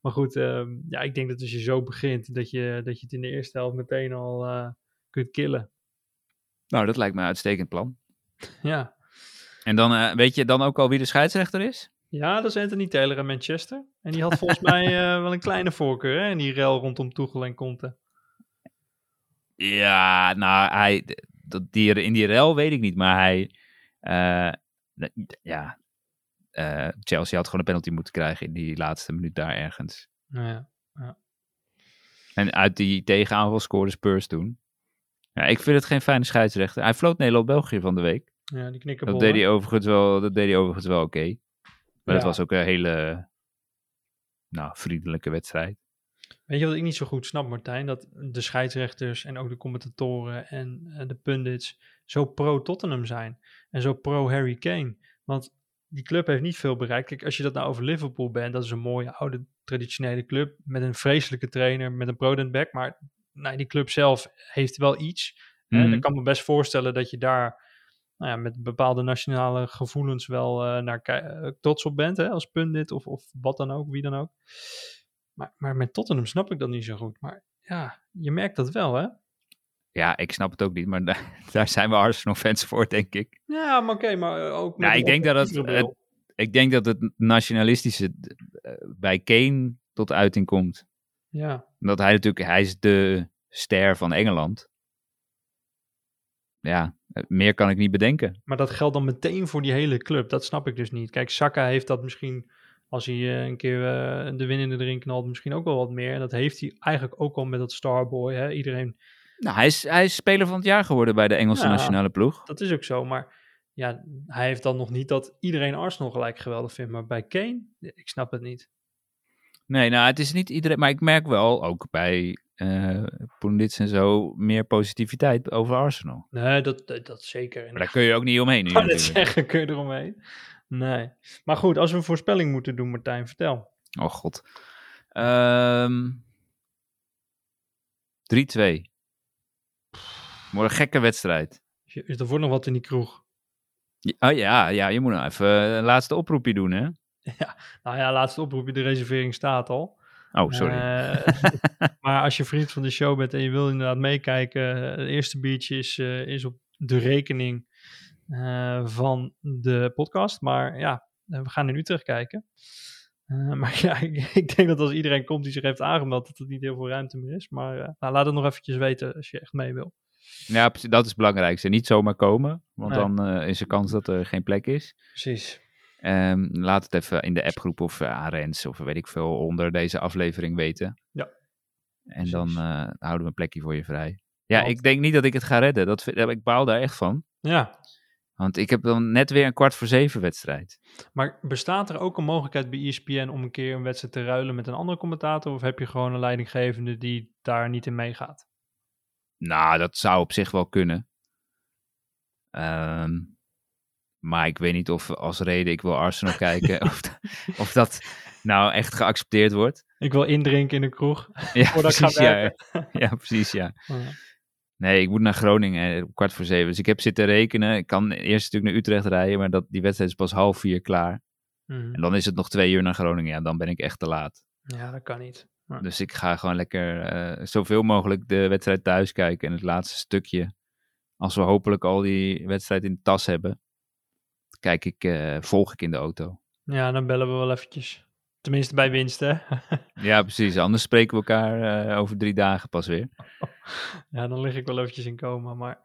[SPEAKER 4] Maar goed, ehm, ja, ik denk dat als je zo begint, dat je, dat je het in de eerste helft meteen al eh, kunt killen.
[SPEAKER 1] Nou, dat lijkt me een uitstekend plan.
[SPEAKER 4] Ja.
[SPEAKER 1] En dan eh, weet je dan ook al wie de scheidsrechter is?
[SPEAKER 4] ja, dat is Anthony Taylor in Manchester. En die had volgens mij eh, wel een kleine voorkeur, hè, in die rel rondom Toegel en Conte.
[SPEAKER 1] Ja, nou, hij, dat die, in die rel weet ik niet, maar hij, eh, d- ja, eh, Chelsea had gewoon een penalty moeten krijgen in die laatste minuut daar ergens.
[SPEAKER 4] Nou ja.
[SPEAKER 1] En uit die tegenaanval scoorde Spurs toen. Ja, ik vind het geen fijne scheidsrechter. Hij floot Nederland-België van de week.
[SPEAKER 4] ja, die knikken
[SPEAKER 1] Dat deed hij overigens wel, dat deed hij overigens wel oké. Maar dat
[SPEAKER 4] Ja.
[SPEAKER 1] was ook een hele, nou, vriendelijke wedstrijd.
[SPEAKER 4] Weet je wat ik niet zo goed snap, Martijn? Dat de scheidsrechters en ook de commentatoren en eh, de pundits zo pro-Tottenham zijn. En zo pro-Harry Kane. Want die club heeft niet veel bereikt. Kijk, als je dat nou over Liverpool bent, dat is een mooie oude traditionele club. Met een vreselijke trainer, met een pro back. Maar nou, die club zelf heeft wel iets. En
[SPEAKER 1] Mhm.
[SPEAKER 4] ik kan me best voorstellen dat je daar nou ja, met bepaalde nationale gevoelens wel eh, naar ki- eh, trots op bent. Hè, als pundit of, of wat dan ook, wie dan ook. Maar, maar met Tottenham snap ik dat niet zo goed. Maar ja, je merkt dat wel, hè?
[SPEAKER 1] Ja, ik snap het ook niet, maar daar, daar zijn we Arsenal-fans voor, denk ik.
[SPEAKER 4] Ja, maar oké, maar eh, ook.
[SPEAKER 1] Nou,
[SPEAKER 4] een
[SPEAKER 1] ik denk dat het-
[SPEAKER 4] objectievere bril.
[SPEAKER 1] ik denk dat het nationalistische eh, bij Kane tot uiting komt.
[SPEAKER 4] Ja,
[SPEAKER 1] Omdat hij natuurlijk, hij is de ster van Engeland. Ja, eh, meer kan ik niet bedenken.
[SPEAKER 4] maar dat geldt dan meteen voor die hele club. Dat snap ik dus niet. Kijk, Saka heeft dat misschien, als hij eh, een keer eh, de winnende erin knalt, misschien ook wel wat meer. En dat heeft hij eigenlijk ook al met dat Starboy. Hè? Iedereen,
[SPEAKER 1] Nou, hij is, hij is speler van het jaar geworden bij de Engelse
[SPEAKER 4] Ja.
[SPEAKER 1] nationale ploeg.
[SPEAKER 4] dat is ook zo. Maar ja, hij heeft dan nog niet dat iedereen Arsenal gelijk geweldig vindt. Maar bij Kane, ik snap het niet.
[SPEAKER 1] Nee, nou, het is niet iedereen. Maar ik merk wel, ook bij eh pundits en zo, meer positiviteit over Arsenal.
[SPEAKER 4] Nee, dat, dat, dat zeker. En
[SPEAKER 1] Maar daar kun je ook niet omheen. nu
[SPEAKER 4] Ik kan het
[SPEAKER 1] natuurlijk.
[SPEAKER 4] zeggen, kun je eromheen? Nee. Maar goed, als we een voorspelling moeten doen, Martijn, vertel.
[SPEAKER 1] Oh god. Ehm, 3-2. Wordt een gekke wedstrijd.
[SPEAKER 4] Je- Er wordt nog wat in die kroeg.
[SPEAKER 1] Ja, Oh ja, ja, je moet nou even eh, een laatste oproepje doen, hè?
[SPEAKER 4] Nou ja, laatste oproepje, de reservering staat al.
[SPEAKER 1] Oh, sorry.
[SPEAKER 4] Eh, maar als je vriend van de show bent en je wil inderdaad meekijken, eh, het eerste biertje is, eh, is op de rekening eh, van de podcast. Maar ja, eh, we gaan in Utrecht kijken. Eh, maar ja, ik, ik denk dat als iedereen komt die zich heeft aangemeld, dat het niet heel veel ruimte meer is. Maar eh, nou, laat het nog eventjes weten als je echt mee wil.
[SPEAKER 1] Ja, precies, dat is het belangrijkste. Niet zomaar komen, want
[SPEAKER 4] Nee.
[SPEAKER 1] dan eh, is er kans dat er geen plek is.
[SPEAKER 4] Precies.
[SPEAKER 1] Ehm, laat het even in de appgroep of eh, aan Rens of weet ik veel onder deze aflevering weten.
[SPEAKER 4] Ja.
[SPEAKER 1] En dan
[SPEAKER 4] Precies.
[SPEAKER 1] eh, houden we een plekje voor je vrij. Ja,
[SPEAKER 4] Want-
[SPEAKER 1] ik denk niet dat ik het ga redden. Dat, vind- ik baal daar echt van.
[SPEAKER 4] Ja,
[SPEAKER 1] Want ik heb dan net weer een kwart voor zeven wedstrijd.
[SPEAKER 4] maar bestaat er ook een mogelijkheid bij E ESPN om een keer een wedstrijd te ruilen met een andere commentator? Of heb je gewoon een leidinggevende die daar niet in meegaat?
[SPEAKER 1] Nou, dat zou op zich wel kunnen. Ehm, maar ik weet niet of als reden ik wil Arsenal kijken of, da- of dat nou echt geaccepteerd wordt.
[SPEAKER 4] Ik wil indrinken in een kroeg.
[SPEAKER 1] Ja,
[SPEAKER 4] Voordat ik ga
[SPEAKER 1] precies. Ja, ja, precies. Ja. Nee, ik moet naar Groningen eh, om kwart voor zeven. Dus ik heb zitten rekenen. Ik kan eerst natuurlijk naar Utrecht rijden, maar dat, die wedstrijd is pas half vier klaar.
[SPEAKER 4] Mhm.
[SPEAKER 1] En dan is het nog twee uur naar Groningen. Ja, dan ben ik echt te laat.
[SPEAKER 4] Ja, dat kan niet.
[SPEAKER 1] Dus ik ga gewoon lekker eh, zoveel mogelijk de wedstrijd thuis kijken. En het laatste stukje, als we hopelijk al die wedstrijd in de tas hebben, kijk ik, eh, volg ik in de auto.
[SPEAKER 4] Ja, dan bellen we wel eventjes. Tenminste bij winst, hè?
[SPEAKER 1] Ja, precies. Anders spreken we elkaar eh, over drie dagen pas weer.
[SPEAKER 4] ja, dan lig ik wel eventjes in coma. Maar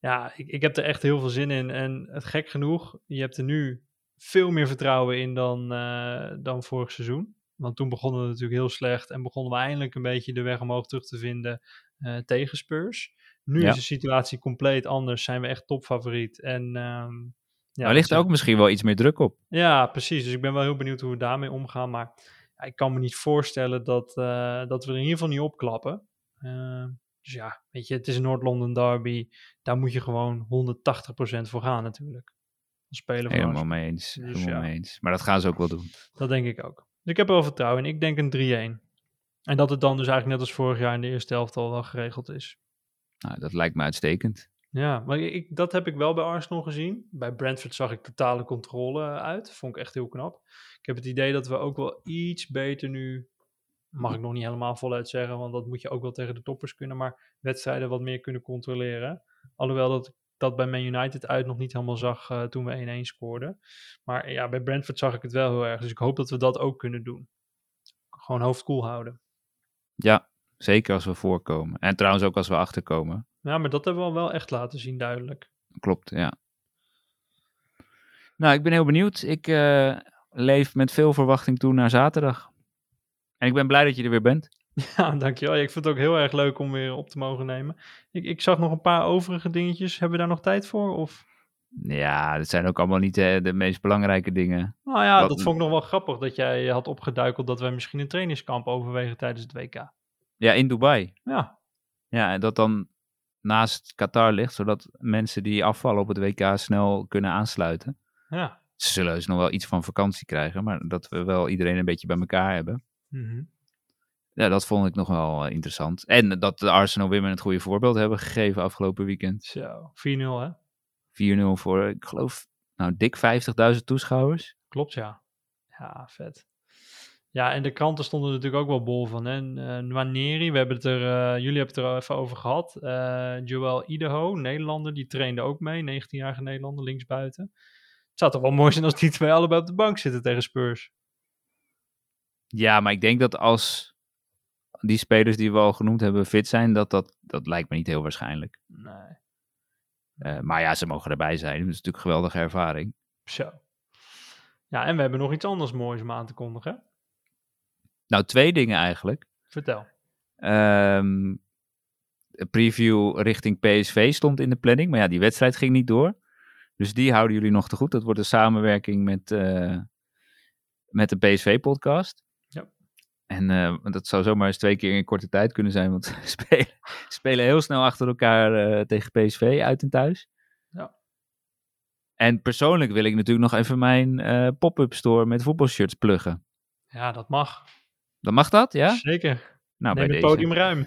[SPEAKER 4] ja, ik, ik heb er echt heel veel zin in. En het gek genoeg, je hebt er nu veel meer vertrouwen in dan, eh, dan vorig seizoen. Want toen begonnen we natuurlijk heel slecht en begonnen we eindelijk een beetje de weg omhoog terug te vinden eh tegen Spurs. Nu
[SPEAKER 1] Ja.
[SPEAKER 4] is de situatie compleet anders, zijn we echt topfavoriet. En, ehm ja,
[SPEAKER 1] maar er ligt
[SPEAKER 4] dat-
[SPEAKER 1] ook misschien wel iets meer druk op.
[SPEAKER 4] Ja, precies. Dus ik ben wel heel benieuwd hoe we daarmee omgaan. Maar ja, ik kan me niet voorstellen dat, eh, dat we er in ieder geval niet opklappen. Eh, dus ja, weet je, het is een Noord-London derby. Daar moet je gewoon 180% voor gaan natuurlijk. Als speler van
[SPEAKER 1] Helemaal
[SPEAKER 4] Arsenal.
[SPEAKER 1] mee eens.
[SPEAKER 4] Dus
[SPEAKER 1] Helemaal
[SPEAKER 4] ja.
[SPEAKER 1] mee eens. Maar dat gaan ze ook wel doen.
[SPEAKER 4] Dat denk ik ook. Dus ik heb er wel vertrouwen in. Ik denk een 3-1. En dat het dan dus eigenlijk net als vorig jaar in de eerste helft al wel geregeld is.
[SPEAKER 1] Nou, dat lijkt me uitstekend.
[SPEAKER 4] Ja, maar ik, ik- dat heb ik wel bij Arsenal gezien. Bij Brentford zag ik totale controle uit. Vond ik echt heel knap. Ik heb het idee dat we ook wel iets beter nu. Mag ik nog niet helemaal voluit zeggen, want dat moet je ook wel tegen de toppers kunnen. Maar wedstrijden wat meer kunnen controleren. Alhoewel dat ik dat bij Man United uit nog niet helemaal zag eh, toen we 1-1 scoorden. Maar ja, bij Brentford zag ik het wel heel erg. Dus ik hoop dat we dat ook kunnen doen. Gewoon hoofd koel houden.
[SPEAKER 1] Ja, zeker als we voorkomen. En trouwens ook als we achterkomen.
[SPEAKER 4] Ja, maar dat hebben we al wel echt laten zien, duidelijk.
[SPEAKER 1] Klopt, ja. Nou, ik ben heel benieuwd. Ik eh, leef met veel verwachting toe naar zaterdag. En ik ben blij dat je er weer bent.
[SPEAKER 4] Ja, Nou, dankjewel. Ja, ik vind het ook heel erg leuk om weer op te mogen nemen. Ik, ik zag nog een paar overige dingetjes. Hebben we daar nog tijd voor? Of...
[SPEAKER 1] Ja, dat zijn ook allemaal niet eh, de meest belangrijke dingen.
[SPEAKER 4] Nou ja,
[SPEAKER 1] Wat-
[SPEAKER 4] dat vond ik nog wel grappig dat jij had opgeduikeld dat wij misschien een trainingskamp overwegen tijdens het WK.
[SPEAKER 1] Ja, in Dubai.
[SPEAKER 4] Ja,
[SPEAKER 1] Ja, en dat dan naast Qatar ligt, zodat mensen die afvallen op het WK snel kunnen aansluiten.
[SPEAKER 4] ja.
[SPEAKER 1] Ze zullen dus nog wel iets van vakantie krijgen, maar dat we wel iedereen een beetje bij elkaar hebben.
[SPEAKER 4] Mhm.
[SPEAKER 1] Ja, dat vond ik nog wel eh, interessant. En dat de Arsenal Women het goede voorbeeld hebben gegeven afgelopen weekend.
[SPEAKER 4] Zo, 4-0 hè?
[SPEAKER 1] 4-0 voor, eh, ik geloof, nou dik 50.000 toeschouwers.
[SPEAKER 4] Klopt ja. Ja, vet. Ja, en de kranten stonden er natuurlijk ook wel bol van. Hè? Eh Nwaneri, we hebben het er, eh, jullie hebben het er even over gehad. Eh Joël Idaho, Nederlander, die trainde ook mee. 19-jarige Nederlander, linksbuiten. Het zou toch wel mooi zijn als die twee allebei op de bank zitten tegen Spurs.
[SPEAKER 1] Ja, maar ik denk dat als die spelers die we al genoemd hebben fit zijn, dat, dat, dat lijkt me niet heel waarschijnlijk.
[SPEAKER 4] Nee,
[SPEAKER 1] Eh, maar ja, ze mogen erbij zijn. Dat is natuurlijk een geweldige ervaring.
[SPEAKER 4] zo. Ja, en we hebben nog iets anders moois om aan te kondigen. hè?
[SPEAKER 1] Nou, twee dingen eigenlijk.
[SPEAKER 4] Vertel.
[SPEAKER 1] Ehm, een preview richting PSV stond in de planning, maar ja, die wedstrijd ging niet door. Dus die houden jullie nog te goed. Dat wordt een samenwerking met, eh, met de PSV-podcast.
[SPEAKER 4] Ja.
[SPEAKER 1] En eh, dat zou zomaar eens twee keer in korte tijd kunnen zijn, want ze spelen, spelen heel snel achter elkaar eh, tegen PSV uit en thuis.
[SPEAKER 4] Ja.
[SPEAKER 1] En persoonlijk wil ik natuurlijk nog even mijn eh, pop-up store met voetbalshirts pluggen.
[SPEAKER 4] Ja, dat mag.
[SPEAKER 1] Dan mag dat, ja?
[SPEAKER 4] Zeker.
[SPEAKER 1] Nou, bij
[SPEAKER 4] Neem het
[SPEAKER 1] deze.
[SPEAKER 4] podium ruim.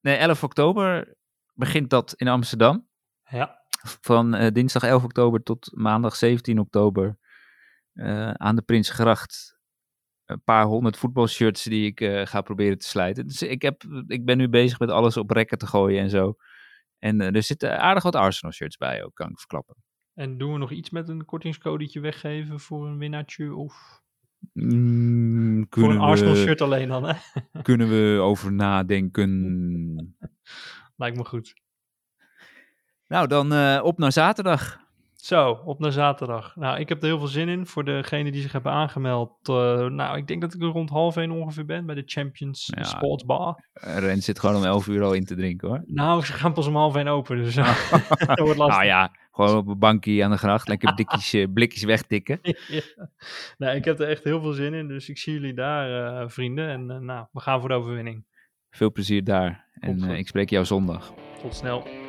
[SPEAKER 1] Nee, 11 oktober begint dat in Amsterdam.
[SPEAKER 4] Ja,
[SPEAKER 1] van eh, dinsdag 11 oktober tot maandag 17 oktober eh, aan de Prinsgracht een paar honderd voetbalshirts die ik eh, ga proberen te slijten. Dus ik, heb, ik ben nu bezig met alles op rekken te gooien en zo. En eh, er zitten aardig wat Arsenal shirts bij ook, kan ik verklappen.
[SPEAKER 4] en doen we nog iets met een kortingscodetje weggeven voor een winnaartje of... Voor een Arsenal shirt alleen dan, hè?
[SPEAKER 1] Mm, kunnen we over nadenken?
[SPEAKER 4] Lijkt me goed.
[SPEAKER 1] Nou, dan eh, op naar zaterdag.
[SPEAKER 4] Zo, op naar zaterdag. Nou, ik heb er heel veel zin in. Voor degenen die zich hebben aangemeld. eh, nou, ik denk dat ik er rond half één ongeveer ben bij de Champions
[SPEAKER 1] Ja.
[SPEAKER 4] Sports Bar.
[SPEAKER 1] Eh, Rens zit gewoon om 11 uur al in te drinken hoor.
[SPEAKER 4] Nou, ze gaan pas om half één open, dus eh, dat wordt lastig.
[SPEAKER 1] Nou ja, gewoon op een bankje aan de gracht. Lekker dikkies, eh, blikjes wegtikken.
[SPEAKER 4] Ja. Nou, ik heb er echt heel veel zin in, dus ik zie jullie daar, eh, vrienden. En eh, nou, we gaan voor de overwinning.
[SPEAKER 1] Veel plezier daar. En
[SPEAKER 4] Komt
[SPEAKER 1] eh,
[SPEAKER 4] goed.
[SPEAKER 1] ik spreek jou zondag.
[SPEAKER 4] Tot snel.